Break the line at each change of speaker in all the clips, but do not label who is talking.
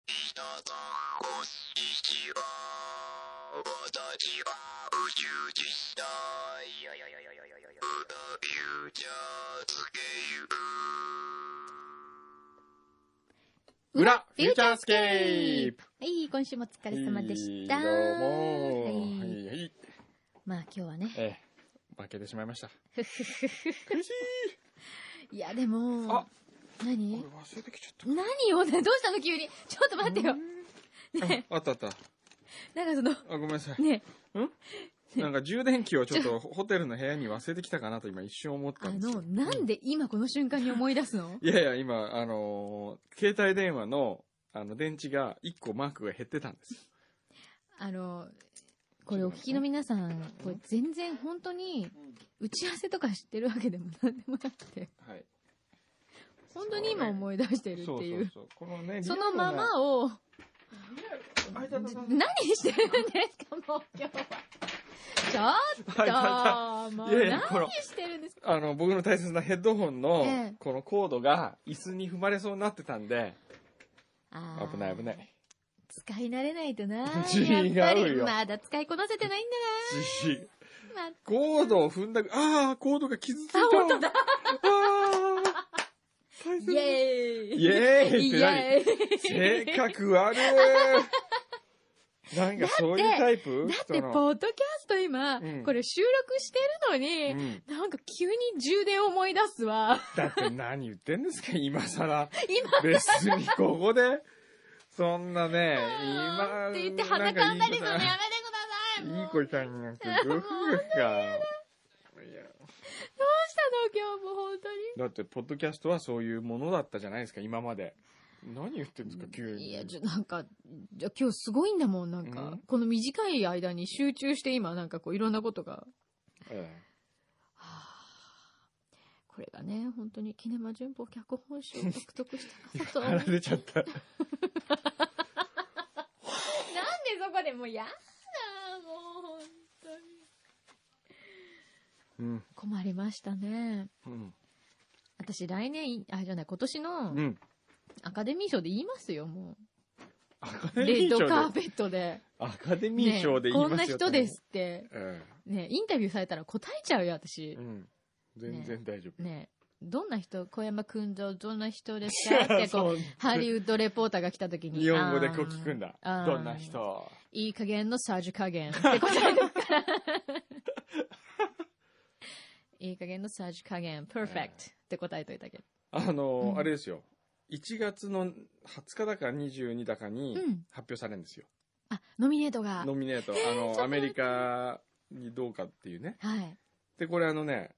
皆さん、こんにちは。私は宇宙人だ。いやいやいやいやいやいやいや。プロフューチャースケープ。
裏、フ
フ
ュ
ュー
ーチ
チ
ャ
ャ
ー
ー
ス
ス
ケ
ケ
ー
ー
プ
はい、今週もお疲れ様でした。
はいどうも
はい
はい、はい。
まあ今日は ね、
ええ、負けてしまいました。
いやでも、
あ
何
忘れてきちゃ
何をね、どうしたの急に。ちょっと待ってよ。ね
あったあった。
なんかその、
あ、ごめんなさい。
ね、
なんか充電器をちょっとホテルの部屋に忘れてきたかなと今一瞬思った
あ
んです
の、
よ
なんで今この瞬間に思い出すの
いやいや、今、あのー携帯電話の、あの、電池が1個マークが減ってたんですよ。
あの、これお聞きの皆さん、これ全然本当に打ち合わせとか知ってるわけでもなんでもなくて、
はい。
本当に今思い出してるって
そうそ
いう
う。そう。このね、
そのままを、
リアルな、あいたいたいた
何してるんですか、もう今日は。ちょっ
あいたいた
と、もう
いやいやこの
何してるんですか。
あの、僕の大切なヘッドホンの
ええ、
このコードが椅子に踏まれそうになってたんで、
あー
危ない危ない。
使い慣れないとな。
違うよ
やっぱりまだ使いこなせてないん
じじ
だな。ま
コードを踏んだ、ああ、コードが傷ついた。
あ、本当だ。
あー大
イ
切
エーイ。
イエーイって何
イエーイ
性格 悪い。なんかそういうタイプ
だって、ポッドキャスト今、
うん
これ収録してるのに、
人のうん
なんか急に充電思い出すわ。
だって何言ってんですか、今更。
今、
別にここで。そんなね、今。
って言って鼻かんだりするのやめてください。もう
いい子ち ゃんになってどうですか。いや
どうしたの今日も本当
だって、ポッドキャストはそういうものだったじゃないですか、今まで。何言ってんですか、急
に。
に。
いや、ちょ、 なんか、じゃ今日すごいんだもん、なんか、
うん
この短い間に集中して今、なんかこう、いろんなことが。
え
はあこれがね、本当に、キネマ旬報脚本賞を獲得した
え
かと。なん
腹
で
出ちゃった。
そこでもうやだ、もう、本当に。
うん。
困りましたね。
うん。
私、来年い、あ、じゃない、今年の
うん。
アカデミー賞で言いますよ、も
アカ
う。
デミ
レッ
ー
ド
賞
カー
で。
ペットで。
アカデミー賞で言いますよ、
ねこんな人ですって。
多分。
ねインタビューされたら答えちゃうよ、私
う。ん。うん。全然大丈夫。
ねどんな人、小山くんぞ、どんな人ですかって、こう、
そう
ハリウッドレポーターが来た時に。
日本語でこう聞くんだ。
あー
どんな人
いい加減のサージ加 減って答えるから。いい加減のサージ加減、perfect って答えといたけど。
あの、
うん
あれですよ。1月の20日だか22だかに
うん
発表されるんですよ。
あ、ノミネートが。
ノミネート。あの、アメリカにどうかっていうね。
はい。
で、これあのね、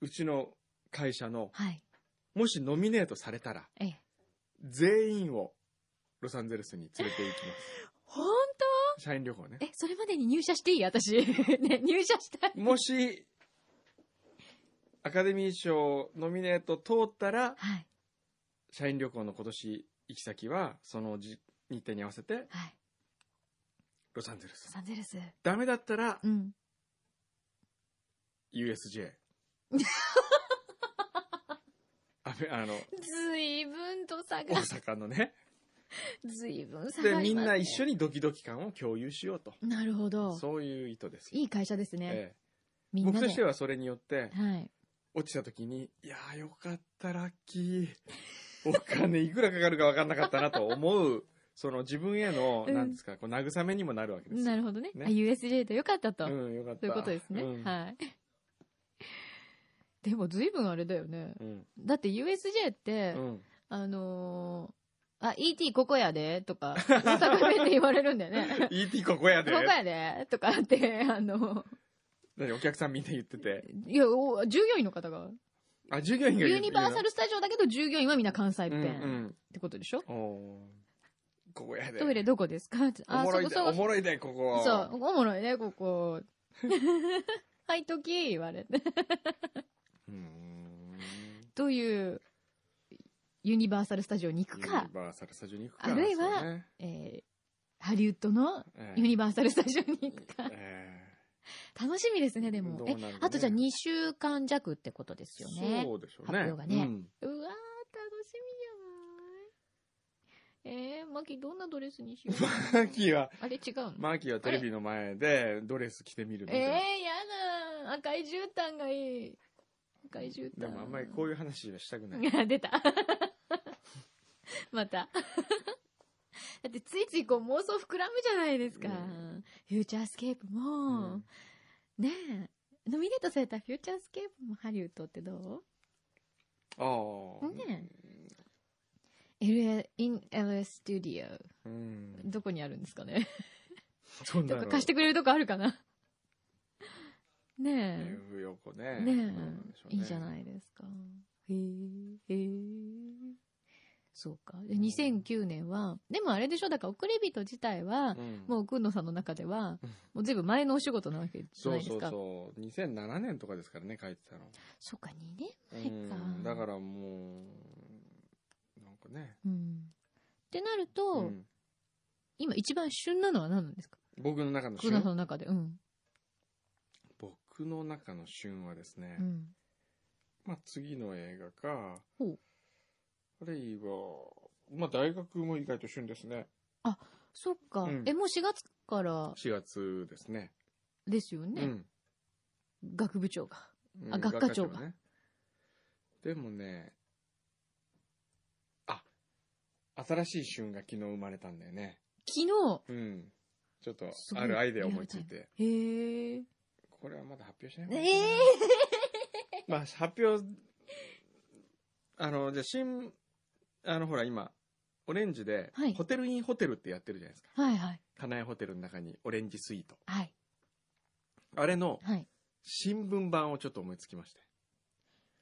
うちの会社の、
はい。
もしノミネートされたら、
ええ。
全員をロサンゼルスに連れて行きま
本
す。社員旅行ね
当。え、それまでに入社していい私。 ね、入社したい。
もし、アカデミー賞ノミネート通ったら、
はい。
社員旅行の今年行き先は、そのじ日程に合わせて、
はい。
ロサンゼル
ロ
ス。
サンゼルス。
ダメだったら
う、ん。
USJ。あべあの、
ずいぶんと差
大
が、
阪のね。
ずいぶん差
で、
があ
み
りますね、
んな一緒にドキドキ感を共有しようと。
なるほど。
そういう意図です。
いい会社ですね。
ええ
みん
僕
な
と
で。
してはそれによって、
はい。
落ちた時に、いやーよかった、ラッキー。 お金いくらかかるか分かんなかったなと思う、 その自分への、
うん
なんですか、こう慰めにもなるわけですよ。
なるほどね。
ね
あ USJ とよかったと。
うん、よかった。
そういうことですね。
うん
はい。でも随分あれだよね。
うん。
だって USJ って、
うん。
あのー、あ、ET ここやで、とか、大阪弁で言われるんだよ ね。
ET ここや
こ
で
こ。やで、とかって、あの、
何お客さんみんな言ってて。
いや、お従業員の方が、
あ、従業員が言う
ユニバーサルスタジオだけど従業員はみんな関西
う
弁
ん、う
っ
ん。
てことでしょ
おーここやで。
トイレどこですか
おもろいで、
そ
お
こそ
もろいで、ここ。
こ、そう、おもろいね、こ こ。はい、とき、言われて。
うーん。
という、ユニバーサルスタジオに行く
ユ
か
ニ、バーサルスタジオに行くか。
あるいは
そうね、
えーハリウッドの
ええ
ユニバーサルスタジオに行くか。
え
楽しみですね、でも
ど。うな
え
るかね、
あとじゃあ2週間弱ってことです
え
よね。
そうでしょうね。
発表がね
うん
うわー、楽しみじゃないえー、マキどんなドレスにしよう
マキは、
あれ違うの、
マキはテレビの前でドレス着てみるみ
え
た
ー、
いな
やだ赤い絨毯がいい。赤い絨毯。
でもあんまりこういう話はしたくない。
いや、 出た。また。 だってついついこう妄想膨らむじゃないですか。
うん
フューチャースケープも、
うん
ねえ、ノミネートされたフューチャースケープもハリウッドってど
ああ。
ねう ?LA、in LA Studio。
うん。
どこにあるんですかね。
そん
ど
な
っ
の
か貸してくれるとこあるかな。ね
ね右横
え。
ね。
ねえ、
う
いいじゃ
い。
ないですか。へえ、へえ。そうか。で、2009年は、でもあれでしょ、だから、送り人自体は、
うん
もう、くんのさんの中では
う
も
ん、
うずいぶん前のお仕事なわけじゃ
そ
な
う
いで
そ
す
う
か。そう
そう。2007年とかですからね、書いてたの。
か、2年
うん
はいか
だからもう、なんかね。
うん。ってなると、
うん
今一番旬なのは何なんですか
僕の中の
くんの
旬
さんの中で。うん。
僕の中の旬はですね
う、ん。
まあ次の映画か
ほう、
あるいは、まあ大学も意外と旬ですね。
そっか、
うん
え、もう4月から
4月ですね。
ですよ
う
ね。
ん。
学部長が。
うん
あ学科長が
ね。でもね、あ、新しい旬が昨日生まれたんだよね。
昨日、
うん。ちょっと
す、ごい
あるアイデアを思いついて。
へえ。
これはまだ発表しない
え
方がいい
え
なまあ、発表、あの、じゃあ新、あの、ほら、今、オレンジで、
はい
ホテルインホテルってやってるじゃないですか。
はいはい。
金谷ホテルの中にオレンジスイート。
はい。
あれの
はい。
新聞版をちょっと思いつきまして。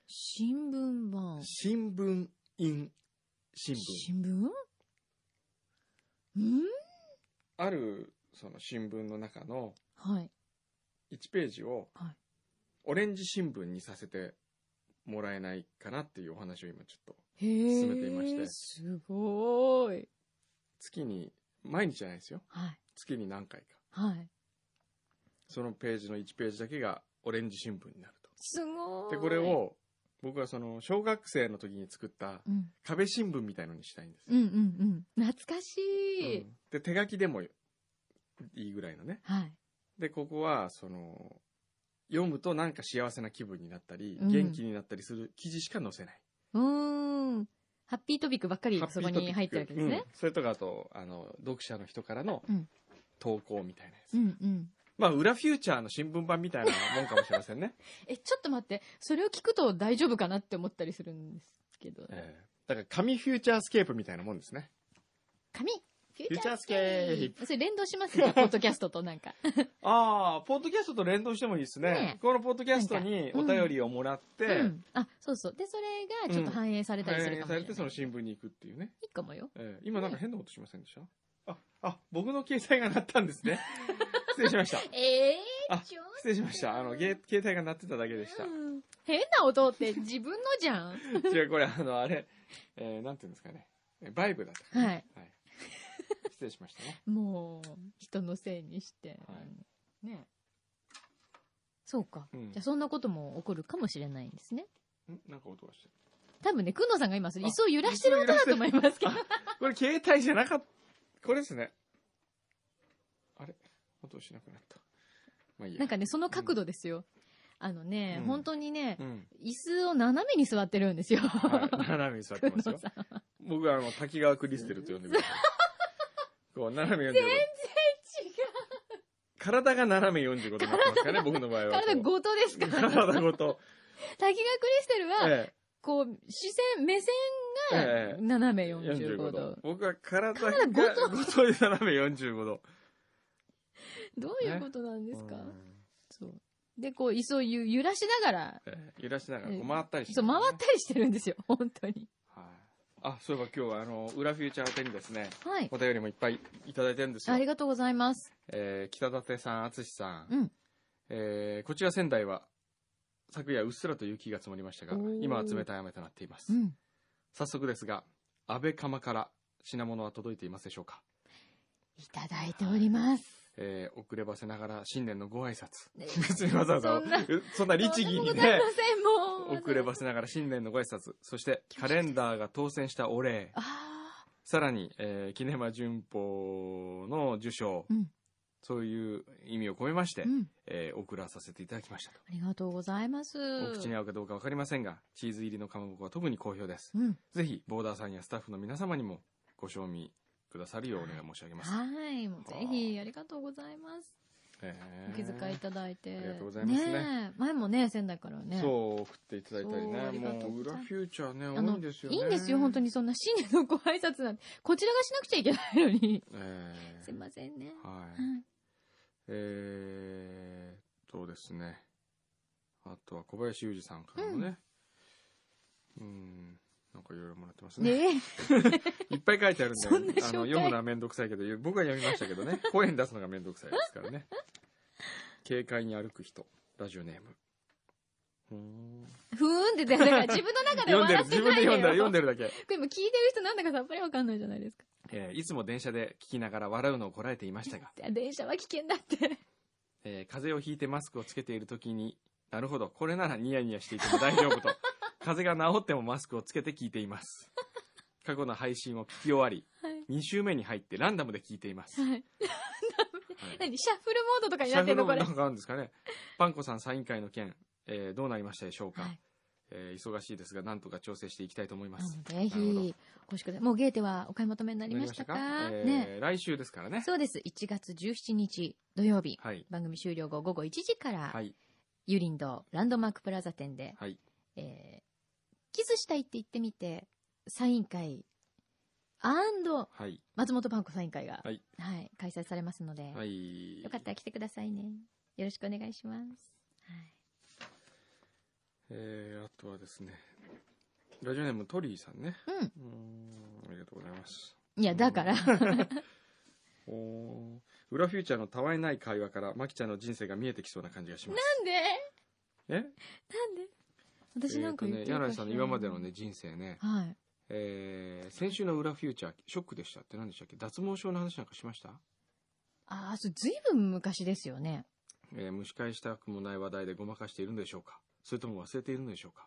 新聞版。
新聞イン新聞。
新聞うん
あるその新聞の中の
はい。
1ページを
はい
オレンジ新聞にさせてもらえないかなっていうお話を今ちょっと
へえ。
進めていまして
すごーい。
月に毎日じゃないですよ
はい。
月に何回か
はい。
そのページの1ページだけがオレンジ新聞になる
すごー
と
い。
でこれ、を僕はその小学生の時に作った
うん、
壁新聞みたいのにしたいんです、
うんうんうん。懐かし
う
い。
んで手書きでもいいぐらいのね
はい。
でここはその読むとなんか幸せな気分になったり
うん
元気になったりする記事しか載せない、
うーん。ハッピートピックばっかり
ハッピ
そ
ー
こ
トピック
に入ってるわけですね。
うんそれとかあとあの読者の人からの
うん
投稿みたいなやつ、
うんうん。
まあ裏フューチャーの新聞版みたいなもんかもしれませんね、
え、ちょっと待って。それを聞くと大丈夫かなって思ったりするんですけど。
えーだから紙フューチャースケープみたいなもんですね
紙フ
ューチャースケー
プそれ連動し ますね、ポッドキャストとなんか。
ああポッドキャストと連動してもいいですね
ね
このポッドキャストに
な
お
んかうん
便りをもらって、
うん。あ、そうそう。で、それがちょっと反映されたりする
反
かもしれ
映され
ない。
てその新聞に行くっていうね、
いいかもよ。
えー今なんか変な音しませんでした、ああ僕の携帯が鳴ったんです ね失礼しました
ええ
あ
ちょっと
失礼しましたあのゲ携帯が鳴ってただけでした
うん変な音って自分のじゃん。
違う、これ、あの、あれ、えー、なんていうんですかね。えバイブだったかな、
はい。
はい。失礼しましたね。
もう、人のせいにして。
は
ねそうか。
うん
じゃあそんなことも起こるかもしれないんですね。
んなんか音がしてる。
多分ね、くんのさんが今、それ
あ
椅子を揺らしてる音だと思いますけど。
これ、携帯じゃなかった。これですね。あれ音しなくなった。まあいいや。
なんかね、その角度ですよ。あのね、
うん
本当にね
う、ん。
椅子を斜めに座ってるんですよ。
はい。斜めに座ってます
くん の。
よ
さん
僕は、あの、滝川クリステルと呼んでます。 こう、斜め45度。
違う。
体が斜め45度になってますからね、僕の場合は。
体
こ
強盗ですか
う
ら。 滝川ク
体ごと。
リステルは、
え
こう、視線、目線
え
が
え
斜め
え
45
45
度
度。。僕は体が
体ごと
ごとで斜め45度。
どういうことなんですか、
うん
そう。で、こう、椅子をゆ揺らしながら、
えー揺らしながらこ
え
う
ー
回ったりして、
そう、回ったりしてるんですよ、 本当に。
た、はい、あそういえば今日はあの裏フューチャーを手にですね
はい。
お便りもいっぱいいただいてるんです
あり
よ、
がとうございます。
えー、北舘さん淳さん、
うん
えーこちら仙台は昨夜うっすらと雪が積もりましたが
おー
今は冷たい雨となっています、
うん。
早速ですが安倍釜から品物は届いていますでしょうか、
いただいております。
えー遅ればせながら新年のご挨拶
ね
別にわざわざ
そんな
うそんな律儀
と
に
んでもござい
ね
ません、もう。
遅ればせながら新年のご挨拶そしてカレンダーが当選したお礼
あ
さらに、えー、キネマ旬報の受賞、
うん
そういう意味を込めまして、
うん。
えー送らさせていただきましたと
ありがとうございます。
お口に合うかどうか分かりませんがチーズ入りのかまぼこは特に好評です、
うん。
ぜひボーダーさんやスタッフの皆様にもご賞味くださるようお願い申し上げます、
はい。もうぜひ、ありがとうございます。
えー
お気遣いいただいて。
ありがとうございますね
え前もね、仙台からね。
そう送っていただいたり
そうあり
ね
がと
も
うご
う
ざい
裏
ます
フューチャーね
あの
多いんですよね
いいんですよ、本当に。そんな新年のご挨拶なんて。こちらがしなくちゃいけないのに。
えー
すいませんね。
はい、
はい。
えー、っとですね。あとは小林裕二さんからもね。うん、なんかいろいろもらってますね。
ねえ。
いっぱい書いてあるん
そんな
で、
紹介
あの、読むのはめんどくさいけど、僕は読みましたけ どね。声に出すのがめんどくさいですからね。軽快に歩く人、ラジオネーム。うーん
ふーんってだから自分の中で
読んで
笑っ
る、自
てな
分で
いの
読
よ
んだ、読んでるだけ。
これ今聞いてる人なんだかさっぱりわかんないじゃないですか。
えーいつも電車で聞きながら笑うのをこらえていましたが、
電車は危険だって。
えー風邪をひいてマスクをつけている時になるほどこれならニヤニヤしていても大丈夫 と風邪が治ってもマスクをつけて聞いています過去の配信を聞き終わり
はい。
2週目に入ってランダムで聞いています、
はい。
はい
何シャッフルモードとかに
シ
なっ
ャフ
てん
ル
の
も
こ
な
れ。
んかあるんですかねパンコさんサイン会の件、えーどうなりましたでしょうか、
はい
えー忙しいですがなんとか調整していきたいと思いま
あの
す
ぜ
なるほど
ひ、お越しください。もうゲーテはお買い求めになりましたか
なりました
ね。
えー来週ですからね
そうです。1月17日土曜日。
はい
番組終了後午後1時から、
はい
ゆりん堂ランドマークプラザ店で、
はい
えーキスしたいって言ってみて、サイン会、アンド、
はい
松本パンコサイン会が、
はい
開催されますので、
はい
よかったら来てくださいね。よろしくお願いします。はい。
えー、あとはですねラジオネームトリーさんね
うん。
うーんありがとうございます。
いや、だから。
おー裏フューチャーのたわいない会話から、まきちゃんの人生が見えてきそうな感じがします。
なんで
え
なんで私なんか
えー
言っ
と
て
ね、
るかしら
柳井さんの今までのね、。人生ね。
はい。
えー、先週の裏フューチャー、ショックでしたって何でしたっけ脱毛症の話なんかしました
ああ、そう、ずいぶん昔ですよね。
えー蒸し返したくもない話題でごまかしているのでしょうかそれとも忘れているのでしょうか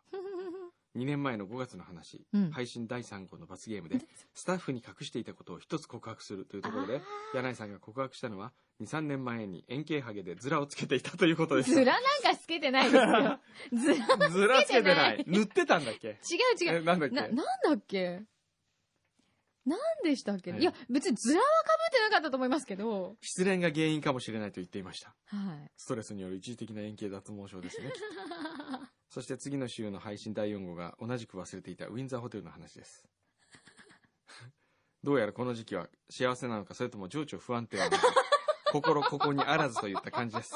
2年前の5月の話、
うん
配信第3号の罰ゲームで、 スタッフに隠していたことを一つ告白するというところで、柳井さんが告白したのは、2、3年前に円形ハゲでズラをつけていたということでした。
ずらなんかつけてないです よ。ずら、違
ずらつけてな
つけ
い。塗ってたんだっけ
う違
え
う。
なんだっけ
な、なんだっけなんでしたっけ、
はい
いや、別にずらは被ってなかったと思いますけど。
失恋が原因かもしれないと言っていました。
はい。
ストレスによる一時的な円形脱毛症ですね。きっとそして次の週の配信第4号が同じく忘れていたウィンザーホテルの話です。 どうやらこの時期は幸せなのか、それとも情緒不安定なのか、心ここにあらずといった感じです。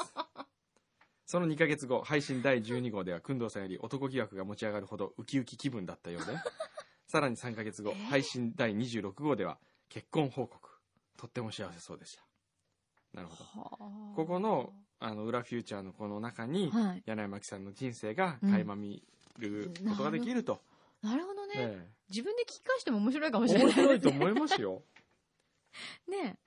その2ヶ月後、配信第12号では、工藤さんより男疑惑が持ち上がるほどウキウキ気分だったようで、さらに3ヶ月後、配信第26号では、結婚報告。とっても幸せそうでした。なるほど。こ
こ
この、あの、裏フューチャーのこの中に、
はい。
柳井真紀さんの人生が垣間見ることができると。
なるほどね。
え
自分で聞き返しても面白いかも
え
しれない
面
ですね。
白いと思いますよ。
ね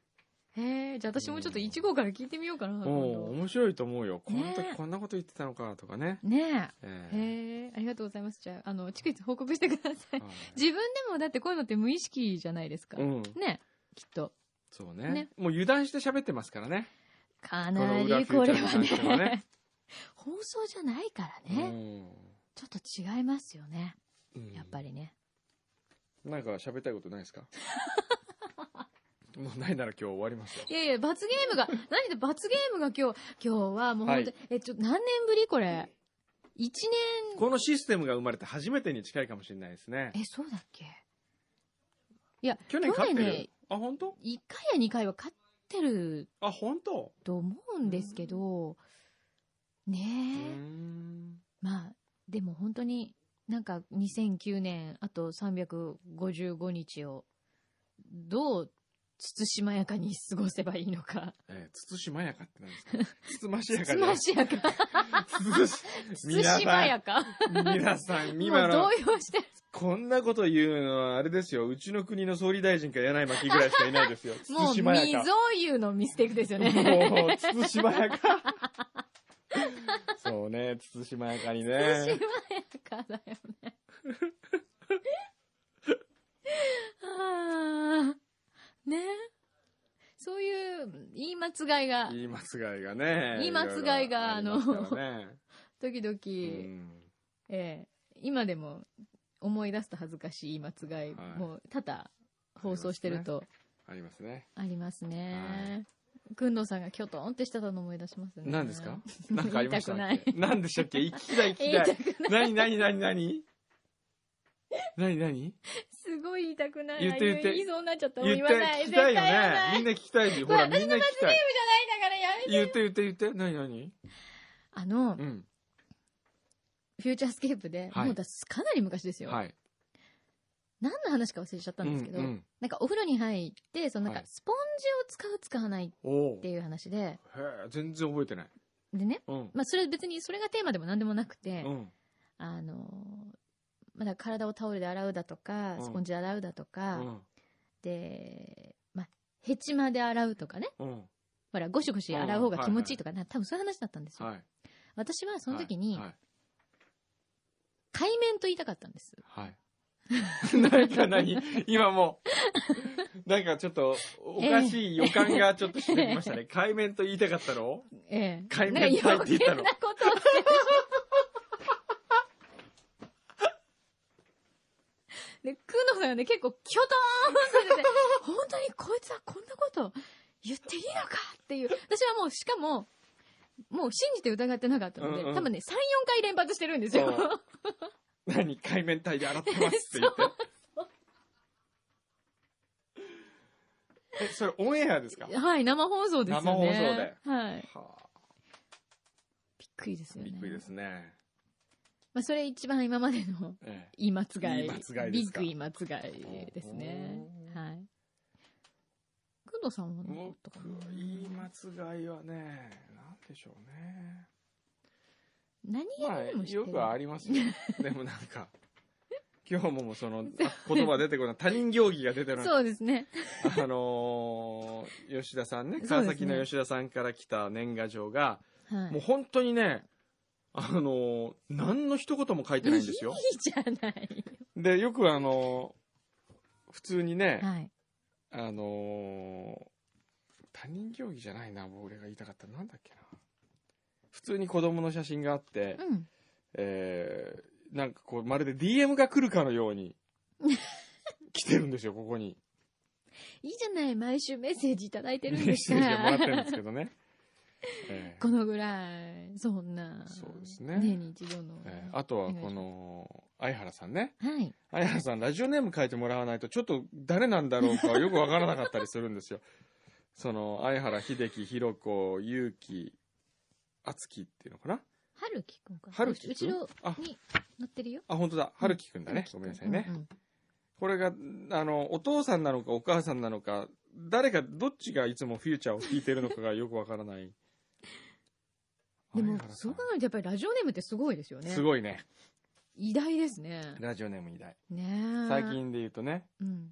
え。へえ、じゃあ私もちょっと1号から聞いてみようか な。
お
今
お
度
面白いと思うよ。この時
ね
こんなこと言ってたのかとかね。
ね
え
え。
え
へえ、ありがとうございます。じゃあ、あの、逐一報告してください。
はい
自分でもだってこういうのって無意識じゃないですか。
うん。
ねえ、きっと。
そうね
ね
もう油断して喋ってますからね。
か
この
な
裏
り
フュ
こ
ーチ
れ
ャーに
は
関しては
ね。
ね。
放送じゃないからね、ちょっと違いますよね。
うんうん
やっぱりね。
なんか喋りたいことないですか もうないなら今日終わりますよ。
いやいや、罰ゲーム が、何で罰ゲームが今日、今日はもう本当に、
はい
え、ちょ、何年ぶりこれ。1
このシステムが生まれて初めてに近いかもしれないですね。
年、え、そうだっけ
去年勝っ
去
て
年ね
る。あ、本当？
1回や2回は勝ってる
あ、本当？
と思うんですけど、ね
うー
え、
ん
まあ、でも本当になんか2009年、あと355日を、どう、慎まやかに過ごせばいいのか。
えー、慎まやかってなんで すか慎ましやか
つ
じゃな
ま
い
しやか。
慎
慎まやか。
皆さん、
も
今
う動
の、
揺してる。
こんなこと言うのはあれですよ。うちの国の総理大臣か柳井巻ぐらいしかいないですよ。
もう、
慎ま
未
や
曾
か。
有のミステイクですよね。
もう、慎ま やか。そうね、慎まやかに
慎
ね。
まやかだよね。あねそういう言い間違いが
言い間違いがね。
言い間違いが
いろいろりますからね
時々、
うん
ええ今でも思い出すと恥ずかしい言い間違い
はい
も多々放送してると
ありますね。
ありますね。くんどうさんがきょとんってしてたの思い出しますね。
何ですかなんかありましたっけ
言いた
何でしたっけ聞きたい聞
言
き
い
た
た
い。
くない。
何何何何何何
すごい言いたくない。
言って言って
あ言いそうになっちゃった。もう
言
言
っ
わ
て
ない。
聞き
絶
た
対
いよ
言わな
ね。
い。
み
ゲー
ん
ムじ
な聞きたいで。ほら、みんな聞きた
ゃな
い。
いんだからやめて。
言って言って言って。何何
あの、
う
フ
ん。
ューチャースケープで、
はい
もうだかなり昔ですよ。
はい。
何の話か忘れちゃったんですけど、
うんうん
なんかお風呂に入って、そのなん
は
か
い
スポンジを使う使わないっ
おお。
て
へ
いう話で、
え全然覚えてない。
でね、
うん。
まあそれ別にそれがテーマでも何でもなくて、
うん。
あのーまあだから体をタオルで洗うだとか
うん
スポンジで洗うだと
う
か、
ん。
で、まあ、ヘチマで洗うとかね
うん。
ほらゴシゴシ洗う方が気持ちいいとか、な多分そういう話だったんですよ、
はい。
私はその時に、
はいはい
海面と言いたかったんです
はい。 何か何今もう、なんかちょっと、おかしい予感がちょっとしてきました ね。海面と言いたかったの
ええ
海面と
なんか
入
余
って言っ
計
たの
なことをしてで、くのさんがね、結構、きょとーんってて、本当にこいつはこんなこと言っていいのかっていう。私はもう、しかも、もう信じて疑ってなかったので、
うんうん
多分ね、3、4回連発してるんですよ。
そう何海面体で洗ってますって 言って。え、それオンエアですか
はい、生放送ですよね。
生放送で
はい。
はあ
びっくりですよね。
びっくりですね。
まあ、それ一番今までの
え
言い間違い。
言い間違いですか
ビッグ言い間違いですね。はい。くのさんは
え、
何かあった
僕
か
は
な
言い間違いはね、なんでしょうね。
何
まあ
気にも、してる
よくあり ますよ。でもなんか、今日もその、あ言葉出てこない。他人行儀が出てない。
そうですね。
あのー吉田さん
そう
ね、
ですね
川崎の吉田さんから来た年賀状が、
はい。
もう本当にね、あのー何の一言も書いてないんですよ。
いいじゃない。
で、よくあのー普通にね、
はい。
あのー他人行儀じゃないな、もう俺が言いたかった。なんだっけな。普通に子供の写真があって、
うん。
えーなんかこう、まるで DM が来るかのよ うに、来てるんですよ、ここに。
いいじゃない。毎週メッセージいただいて
メ
るんで
ッ
す
セ
か
ージをもらってるん
ら
です。けどね。えー
このぐらい、そんな。
そうですね
年に一度の。
えーあとはこの、相原さんね。
はい。
相原さん、ラジオネーム書いてもらわないと、ちょっと誰なんだろうかよくわからなかったりするんですよ。その、相原秀樹、ひろこ、ゆうき、あつきっていうのかな
はるきくんか。
はるきくん
うちの
あ
に乗ってるよ。
あ、本当だ。はるきくんだ
はる
ね
き。く
ごめんなさいね。
うんうん
これが、あの、お父さんなのかお母さんなのか、誰が、どっちがいつもフューチャーを聞いてるのかがよくわからない。
で
相
も、
原さ
そ
ん
う考えるとやっぱりラジオネームってすごいですよね。
すごいね。
偉大ですね。
ラジオネーム偉大。
ねえ
最。近で言うとね、
うん。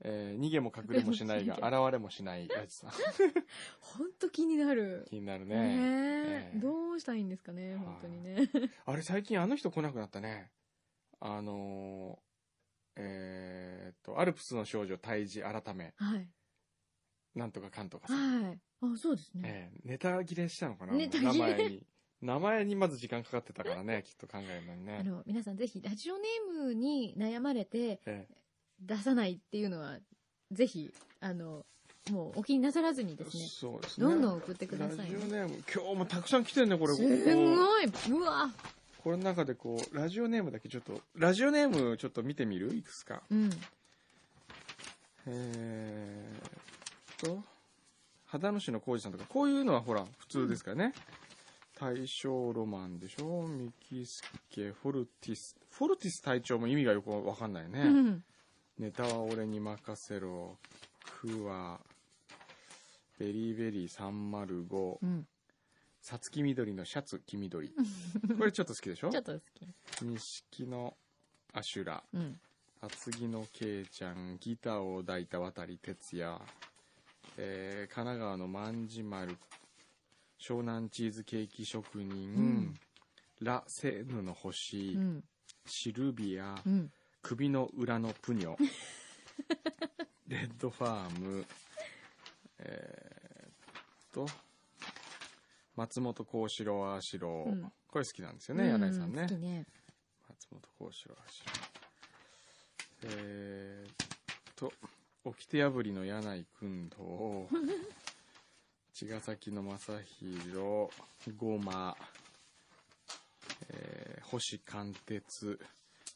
えー逃げも隠れもしないが、
隠れもしな
現れもしないやつさん。
ほんと気になる。
気になるね。
ね
え
え
え
どうしたらいいんですかね、
はい
本当にね。
あれ、最近あの人来なくなったね。あのーえーっと、アルプスの少女退治改め、
はい。
なんとかかんとかさん。
はい。あ、そうですね。
ええネタ切れしたのかな
ネタ切れ
名前に。名前にまず時間かかってたか らね、きっと考えるのに
あ
ね。
の、皆さんぜひ、ラジオネームに悩まれて
ええ
出さないっていうのは、ぜひ、あの、もうお気になさらずにですね、
そうですね。
どんどん送ってくだ
ラジ
さい
オ
ね。
ネーム、今日もたくさん来てるね、これ。
すん
こ
ごいぶわ
うこれの中でこう、ラジオネームだけちょっと、ラジオネームちょっと見てみるいくつか。
うん。
えー、と、秦野市の浩二さんとか、こういうのはほら、普通ですからね。大正ロマンでしょミキスケ、フォルティス。フォルティス隊長も意味がよくわかんないね。
うん。
ネタは俺に任せろ。クワ、ベリーベリー305
う、ん。
さつきみどりのシャツ黄緑。これちょっと好きでし ょ
ちょっと好き。
錦のアシュラ。
うん。
厚木のけいちゃん、ギターを抱いた渡哲也、えー神奈川の万事丸、湘南チーズケーキ職人、
ん
ラ・セーヌの星、
うん。
シルビア、
うん。
首の裏のプニョ、レッドファーム、と、松本幸四郎、ああしろ
うん
これ好きなんですよね、柳井さん
う
ね
好き。ね。
松本幸四郎、ああしろえー、っと、掟破りの柳井君 堂、茅ヶ崎の正宏、ごま、えー、星貫徹、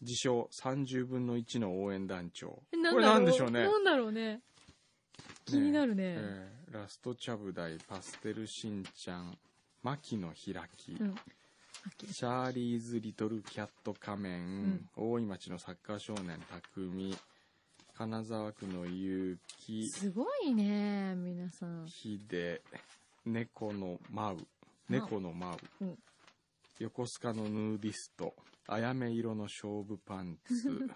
自称30分の1の応援団長。
えなん
これ
だろ
なんでしょうね。
なんだろうね。気になるね。
えーラストチャブ台パステルしんちゃん牧野ひらき、
うん。あき
シャーリーズ・リトル・キャット・仮面、大井町のサッカー少年匠金沢区の結城
すごいね、皆さ ん。
秀猫の舞う猫の舞う、
うん
横須賀のヌーディストあやめ色の勝負パン ツ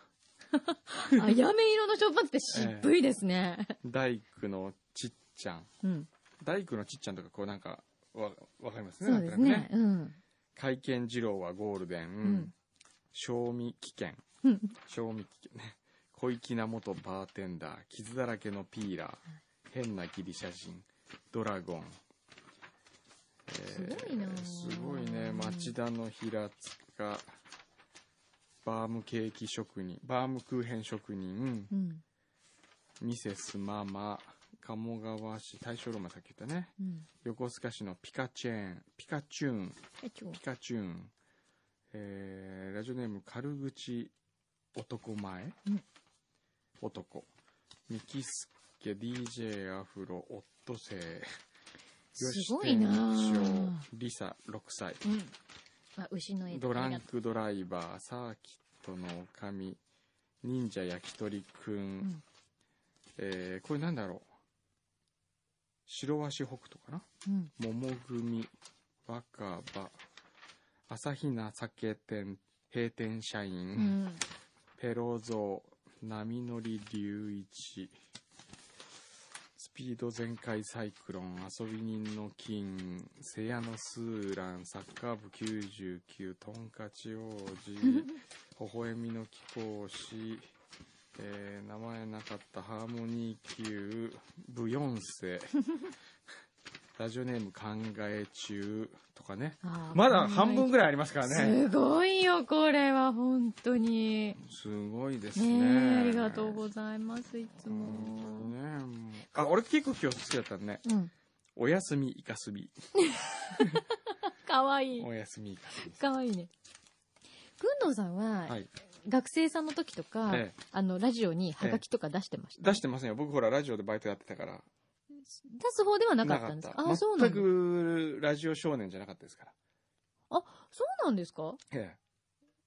あやめ色のショーパンツって渋いですね。
大工のちっちゃん
うん。
大工のちっちゃんとかこうなんかわわかりますね
そうです
なんとな
ね。
く
うん。
会見二郎はゴールデン、
ん
賞味期限
うん。
賞味期限ね小粋な元バーテンダー傷だらけのピーラー変なギリシャ人ドラゴン、
すごいなあ
すごいね町田の平塚バームケーキ職人バームクーヘン職人
うん。
ミセスママ鴨川市大正ロマンさっき言ったね
うん。
横須賀市のピカチェーンピカチューン
え、今日
ピ。カチュウン、えーラジオネーム軽口男前、
うん
男ミキスケ DJ アフロオットセイ
すごいな
吉田
ぁ
一生リサ6歳
うん。あ、牛の絵。
ドラ
あ
ン
りがと
クドライバーサーキットの女将忍者焼き鳥くん、
ん
えーこれなんだろう白鷲北斗かな
ううん。
桃組若葉朝比奈酒店閉店社員、
うん。
ペロゾー波乗り龍一スピード全開サイクロン遊び人の金瀬谷のスーランサッカー部99トンカチ王 子微笑みの貴公子、えー名前なかったハーモニー級ブヨン セラジオネーム考え中とかね
あー
まだ半分ぐらいありますからね
すごいよ、これは、本当に。
すごいですね
ねえ、ありがとうございます、いつも。
ねもうあ俺結構今日好きだったね
うん。
おやすみイカスミ
かわいい。
おやすみイカスミ
かわいいね。くんどうさんは、
はい
学生さんの時とか、
ええ
あの、ラジオにハガキとか出してました、
出してませんよ僕ほらラジオでバイトやってたから
出す方ではなかったんですかああ、そうな
全
んだ。
くラジオ少年じゃなかったですから
そうなんですか
え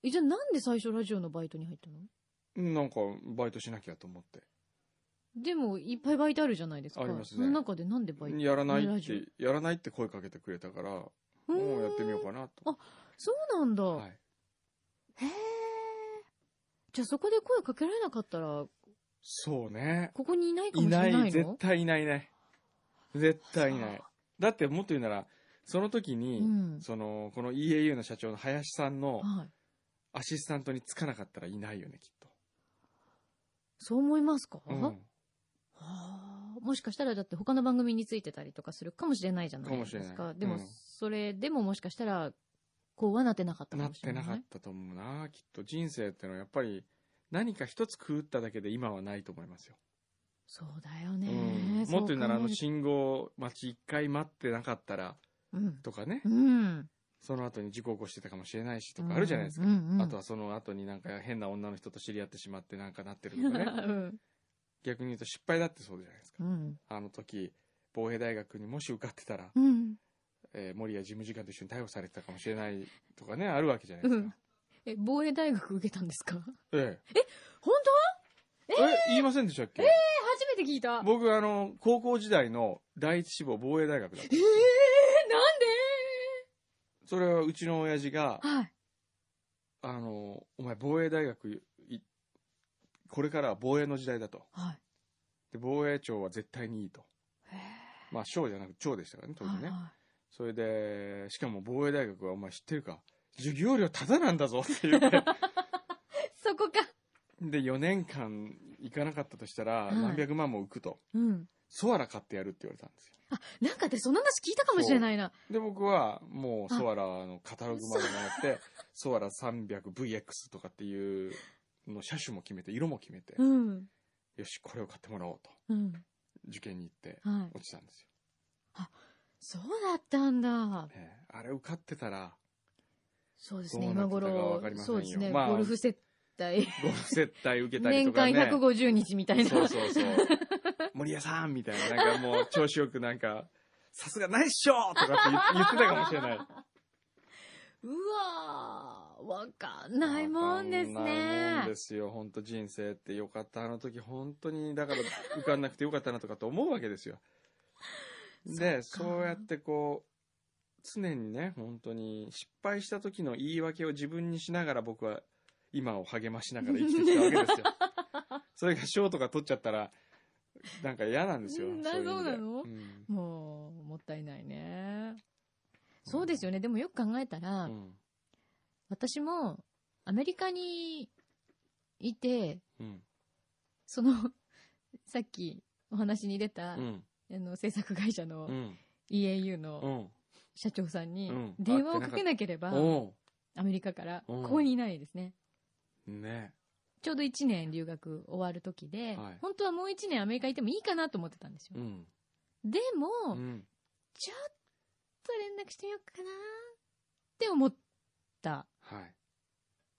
え、じゃあなんで最初ラジオのバイトに入ったの
えなんかバイトしなきゃと思って
でも、いっぱいバイトあるじゃないですか。
ありますね
その中でなんでバイト
やらない
ラ
っ
ジ
てやらないって声かけてくれたからも
オ
うやってみよう
な。
かな
あそうなんだ。
とはい
へえ。じゃあそこで声かけられなかったら、
そうね
ここにいないか
い
もしれな
ない
の
い絶対いないね絶対いないだってもっと言うならその時に、
うん
そのこの EAU の社長の林さんの
はい。
アシスタントにつかなかったらいないよねきっ
そう思いますか、
と、うん
はあもしかしたらだって他の番組についてたりとかするかもしれないじゃないですか。
かもしれない
でも、
うん
それでももしかしたら、こうはなってなかったか
なっ
もしてれな。
ないかったと思うなきっと人生ってのはやっぱり何か一つ食っただけで今はないと思いますよ、
そうだよね、
うん、もっと言うならあ
そ
の
う考
信号待ち一回待ってなかったら
える
とかね、
うん。うん。
その後に事故起こしてたかもしれないしとかあるじゃないですか、
うんうんうん、
あとはその後になんか変な女の人と知り合ってしまってなんかなってるとか ね
うん。
逆に言うと失敗だってそうじゃないですか
うん。
あの時防衛大学にもし受かってたら、
うん。
えー森谷事務次官と一緒に逮捕されてたかもしれないとかねあるわけじゃないですか、
うんえ、防衛大学受けたんです か
ええ
本
え言いませんでしたっけ、
当え、初めて聞いた。
僕、あの、高校時代の第一志望防衛大学だった
え。え
それはうちの親父
な
が、
んではい。
あの、お前防衛大学い、これからは防衛の時代だと。
はい。
で、防衛庁は絶対にいいと。
へえ
まあ、省じゃなく庁でしたからね、当時ね。
はいはい
それで、しかも防衛大学はお前知ってるか授業料タダなんだぞって 言って。
そこか。
で、4年間行かなかったとしたら、
はい
何百万も浮くと。
うん。
ソアラ買ってやるって言われたんですよ。
なんか私そんな話聞いたかもしれないな。
で、僕はもうソアラのカタログまで回って、ソアラ 300VX とかっていうの車種も決めて、色も決めて、
うん。
よし、これを買ってもらおうと、
うん。
受験に行って、
はい。
落ちたんです
そうだったんだ。
よ。ね、あれ受かってたら、
そうですね、
どうな
今
ってたかは
頃
わかり。ません
そ
よ
うですね、
まあ
ゴルフ接待。
ゴルフ接待受けたり
年
とか
間
ね。
150日みたいな。
そうそうそう。森谷さんみたいな、なんかもう調子よくなんか、さすがないっしょとかって言言ってたかもしれない。
うわー、わかんないもんです
わかないもん
ね
で。すよ。本当人生ってよかった。あの時本当に、だから受かんなくてよかったなとかと思うわけで すよ。で、
そっか
そうやってこう、常にね、本当に失敗した時の言い訳を自分にしながら僕は今を励ましながら生きてきたわけ ですよ。それが賞とか取っちゃったら、なんか嫌なんですよ。
うん
そい意味で
そうなの
ん
もう、もったいないね。そうですよね。でもよく考えたら、
うん
私もアメリカにいて、
うん
その、 さっきお話に出た、
うん
あの、制作会社の
うん
EAU
う
の
ん
社長さんに
うん
電話をかけなければ、
お
アメリカから、
うん
ここにいないですね。
うね
ちょうど1年留学終わる時で、
はい
本当はもう1年アメリカいてもいいかなと思ってたんですよ。
うん
でも、
うん
ちょっと連絡してみようかなって思った、
はい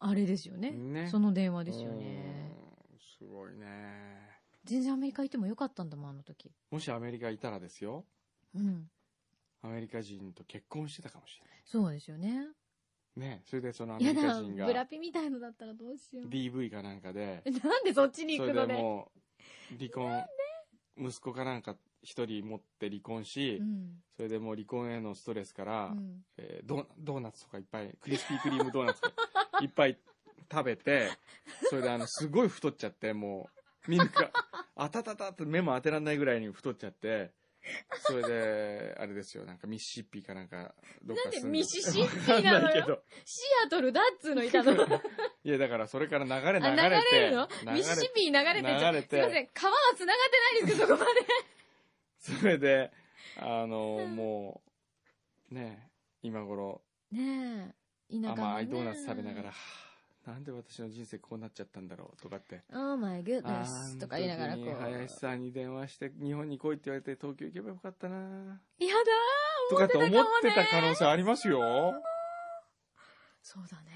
あれですよね。
ね
その電話ですよね。
うんすごいね
全然アメリカいてもよかったんだもん、あの時。
もしアメリカいたらですよ
うん。
アメリカ人と結婚してたかもしれ
そうですよね。
ないねそれでそのアメ
や
リカ
だ、
人
ブラ
が
ピみたいのだったらどうしよう。
DV かなんかで
えなんでそっちに
そ
行く
れで
のね。
もう離婚息子かなんか一人持って離婚し
うん。
それでもう離婚へのストレスか
う
ら
ん。
えードードーナツとかいっぱい、クリスピークリームドー ナツとかいっぱい食べて、それであの、すごい太っちゃって、もう、みんなが、あたたたって目も当てらんないぐらいに太っちゃって、それで、あれですよ、なんかミシシッピーかなんか、どっか
なん
住
ん
で
でミシシッピーなのよ
わかんいけど
シアトルだっつーのいたの。
いや、だからそれから流れ
あ、
流れ
流
て、
れるの
流
ミシシッピーに流れてんじゃん
流れて
すいません。川は繋がってないですけど、そこまで。
それで、あの、
うん
もう、ねえ今頃、
ねえ、田舎の、ね。
甘いドーナツ食べながら、はあなんで私の人生こうなっちゃったんだろうとかって、
Oh my
あ
goodness
ー
とか言いながらこう。
あの
や
時に林さんに電話して、日本に来いって言われて、東京行けばよかったな
だ
と
ー
か
思っ
って
てた
思っ
かも
てた
ね。
可能性ありますよ。
そうだね。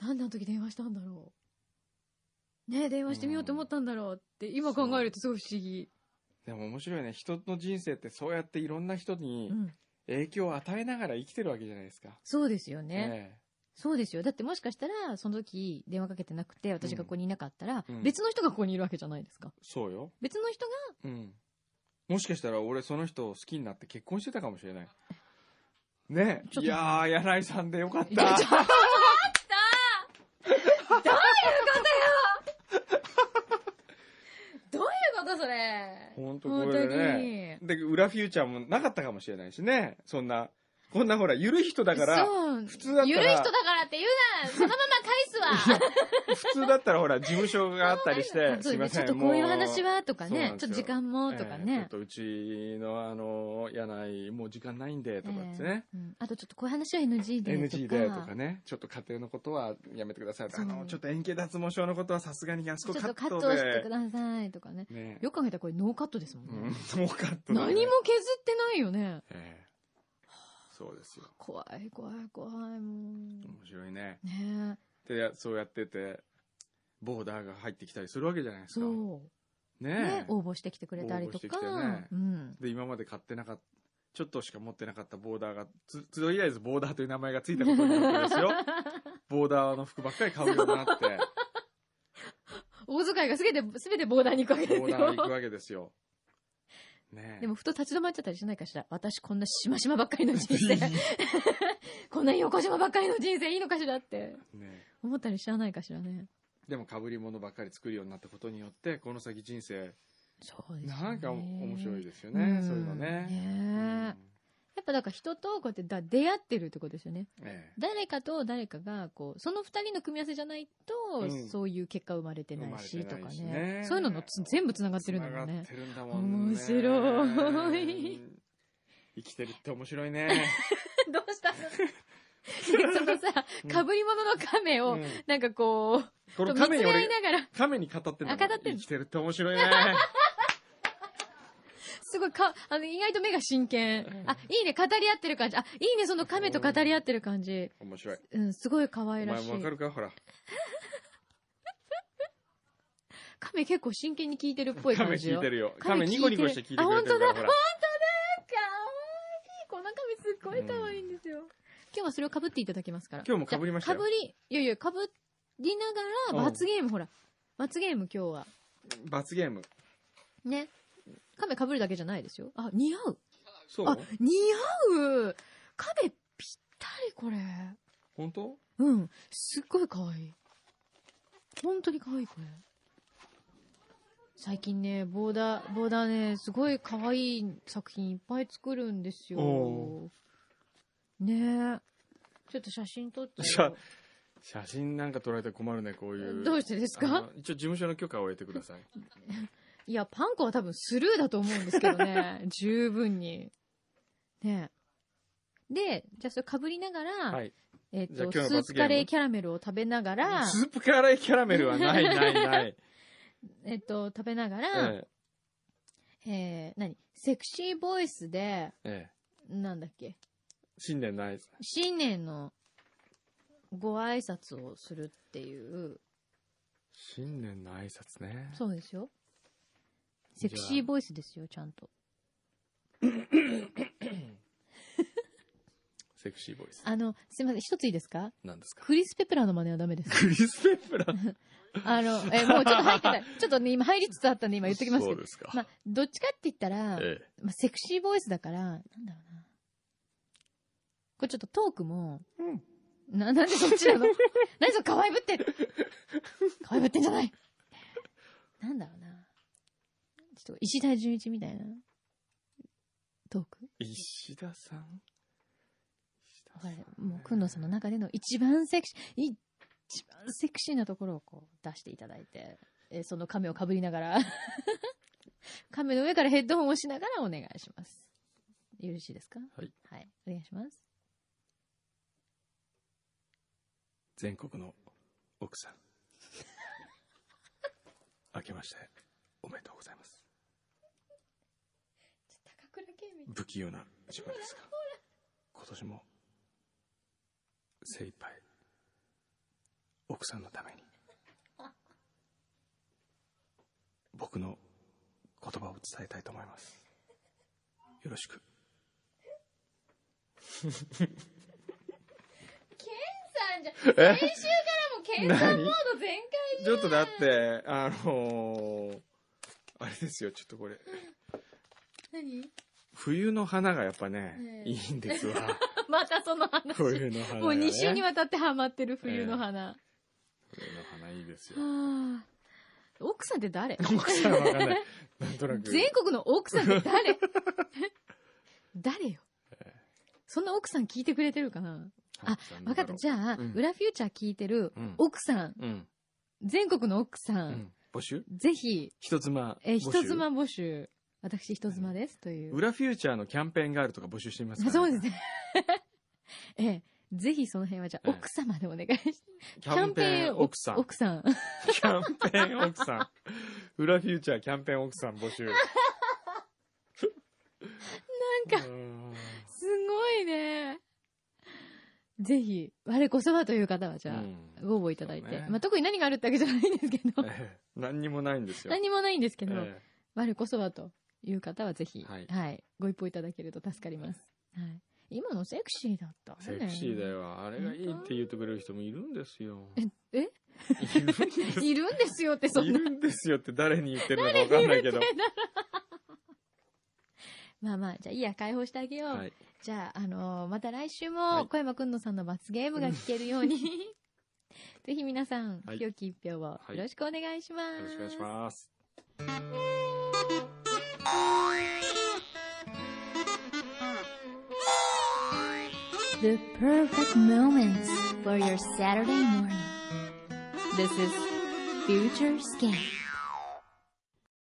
なんであの時電話したんだろう。ねえ、電話してみようと思ったんだろうって、今考えるとすごい不思議。
でも面白いね。人の人生ってそうやっていろんな人に
うん。
影響を与えながら生きてるわけじゃないですか。
そうですよね。
え
そうですよ。だってもしかしたら、その時電話かけてなくて、私がここにいなかったら、
うん
別の人がここにいるわけじゃないですか
え。そうよ。
別の人が、
うん。もしかしたら俺その人を好きになって結婚してたかもしれない。ね
ち
え。
ょっと
いやー、柳井さんでよかっ
いや
た
ちょ。っと待ったどういうことよどういうことそれ
ほんとこれでね。で、裏フューチャーもなかったかもしれないしね。そんな、こんなほら、ゆるい人だ
本当に
から、
そう
普通だったら
ゆるい人だからって言うなそのまま返すわ
普通だったらほら、事務所があったりして、
そ
す
う
い
ね
ま
ち
せ
ょ
ん。
っとこういう話はとか
そうな
ね
ん、です
ちょ
よ
っと時間もとか
ええちょ
ね
っ。とうちのあの、柳井、もう時間ないんで、とかってね。
ええうんあとちょっとこういう話は NG でとか。
NG でとかね、ちょっと家庭のことはやめてください。
そ
あ
う
の、ちょっと円形脱毛症のことはさすがにあそ
ちょ
こ
っ
カ
とカ
ッ
ッ
ト
トして
で
く。ださいとかね。
ね。
よく考えたらこれノーカットですもん
うん、
ね
も。うカットだ
何
ね
も削ってないよね。
ええそうですよ。
怖い怖い怖いも
面白いね。
う。ねえ。
で、そうやってて、ボーダーが入ってきたりするわけじゃないですか。
そう。ね
ね、え。
応募してきてくれたりと
応募してきて
か
ね、
うん。
で、今まで買ってなかった、ちょっとしか持ってなかったボーダーが、つ、つとりあえずボーダーという名前がついたことになってですよ。 ボーダーの服ばっかり買うようになって、
大遣いがすべて、すべてボーダーに行くわけで
ボ
す
ーダーに行く
よ。
わけですよ。ねえ。
でも、ふと立ち止まっちゃったりしないかしら。私こんなしましまばっかりの人
いい
生、こんな横島ばっかりの人生いいのかしらって
ねえ
思ったりしちゃわないかしらね。
でも、被り物ばっかり作るようになったことによって、この先人生、
そうですよね。
なんか面白い
で
ですよね。そういうのね。
ねえやっぱだから人とこうやってだ出会ってるってことですよね。
え
誰かと誰かが、こう、その二人の組み合わせじゃないと、
うん
そういう結果生まれてないし、
生
とか
まれてないし
ね
ね
そういうののつ全部繋が
え
ってるんだもん
繋がっ
ね。
てるんだもんね。
面白い
生きてるって面白いね。
どうした のでそのさ、被り物の亀を、
うん
なんかこう、
この
と見
亀
つ
に
め合いな
俺、
がら、
亀に語ってんだもん
あ語ってんの
生きてるって面白 いね。
すごいか、あの、意外と目が真剣。あ、いいね、語り合ってる感じ。あ、いいね、その亀と語り合ってる感じ。
面白い。
うん、すごい可
お
愛
前
らしい
も。わかるかほら。
亀結構真剣に聞いてるっぽい
亀
感じ
聞い
よ。
てるよ。
亀
亀
聞いて
ニ
る
コニコして聞いてくれてるか
あ
ら、ほら。
かわいい。この髪すっごい可愛いんですよ。今日はそれを被っていただきますから。
今日も被りましたよ
じゃあ被り、いやいや、被りながら、
うん
罰ゲーム、ほら。罰ゲーム今日は。
罰ゲーム。
ね。亀被るだけじゃないですよ。あ、似合う。
そ
あ
う、
似合う亀ぴったりこれ。
本当
うん。すっごい可愛い。本当に可愛いこれ。最近ね、ボーダー、ボーダーね、すごい可愛い作品いっぱい作るんですよ
お。
ねえ。ちょっと写真撮ってよ。
じゃあ写真なんか撮られて困るね、こういう。
どうしてです
あ
か
の一応事務所の許可を得てください。
いや、パンコは多分スルーだと思うんですけどね。 十分に。ねえ。で、じゃあそれ被りながら、
はい。
えっ、
じゃあ
と、
今日
ス
の罰ゲー
ー
ム
プカレーキャラメルを食べながら、
スープカレーキャラメルはない、な い、ない。
えっ、と、食べながら、
え
えー、何セクシーボイスで、
えええ
なんだっけ
新年ないです。
新年のご挨拶をするっていう。
新年の挨拶ね。
そうですよ。セ
じゃあ
クシーボイスですよ、ちゃんと。
セクシーボイス。
あの、すいません、一ついいですか
なんですか
クリス・ペプラーの真似はダメ です。
クリス・ペプラー。
あの、え、もうちょっと入ってた。ちょっとね、今入りつつあったんで今言っときます
そ
け
う
ど
で。すか。
まあ、どっちかって言ったら、
ええ。
まあ、セクシーボイスだから、なんだろうな。これちょっとトークも、な、なんでそっちなの 何それ、かわいぶってかわいぶってんじゃないなんだろうな。ちょっと、石田純一みたいな、トーク
石田さん石田
わか
さん
る。もう、くんどうさんの中での一番セクシー、い一番セクシーなところをこう出していただいて、えーその亀をかぶりながら、 亀の上からヘッドホンをしながらお願いします。よろしいですか
はい。
はい。お願いします。
全国の奥さん。明けまして、おめでとうございます。
ちょっと高倉健み
不器用な自分ですが、今年も、精一杯、奥さんのために、僕の言葉を伝えたいと思います。よろしく。
さんじゃん、
え
先週からもう健さんモード全開
ちょっとだって、あのーあれですよ、ちょっとこれ。
何
冬の花がやっぱね、
ええ
いいんですわ。
またその話。
冬の花、ね。
もう2週に
は。
わたってハマってる冬の花。
冬の花いいですよ。
はあ奥さんって誰
奥さんはわかんない。なんとなく。
全国の奥さんって 誰誰よ
ええ。
そんな奥さん聞いてくれてるかなあ、分かった。じ
ゃ
ゃあ、
うん
裏フューチャー聞いてる
うん
奥さん、
うん。
全国の奥さ、
うんん。募集
ぜひ、
人妻。
えー、
募集
人。妻募集。私人妻ですという。
裏フューチャーのキャンペーンガールとか募集してみますか、
あそうですね。 ええぜひその辺はじゃあ、
ええ
奥様でお願いし
キャンペーン奥さん。
奥さん。
キャンペーン奥さん。裏フューチャーキャンペーン奥さん募集。
なんか、
うん
すごいね。ぜひ、我こそはという方はじゃあ、
うん
ご応募いただいて。
そうね
まあ、特に何があるってわけじゃないんですけど。
ええ何にもないんですよ。
何もないんですけど、
え
我こそはという方はぜひ、は
はいい、
ご一報いただけると助かります。はい。今のセクシーだった
え。セクシーだ。よ。あれがいいって言ってくれる人もいるんですよ。
え
いるんです
いるんですよ ってそん
い
な。
るんですよって誰に言ってるのかわかんないけど。
まあまあ、じゃあいいや、解放してあげよう。
はい。
じゃあ、あのーまた来週
は
も
い
小山くんのさんの罰ゲームが聞けるよ うに、ぜひ皆さん、
はい
良き一票をよろしくお願いします。
よろしくお願いします。
「
The perfect moments for your Saturday morning. This is Future Scan.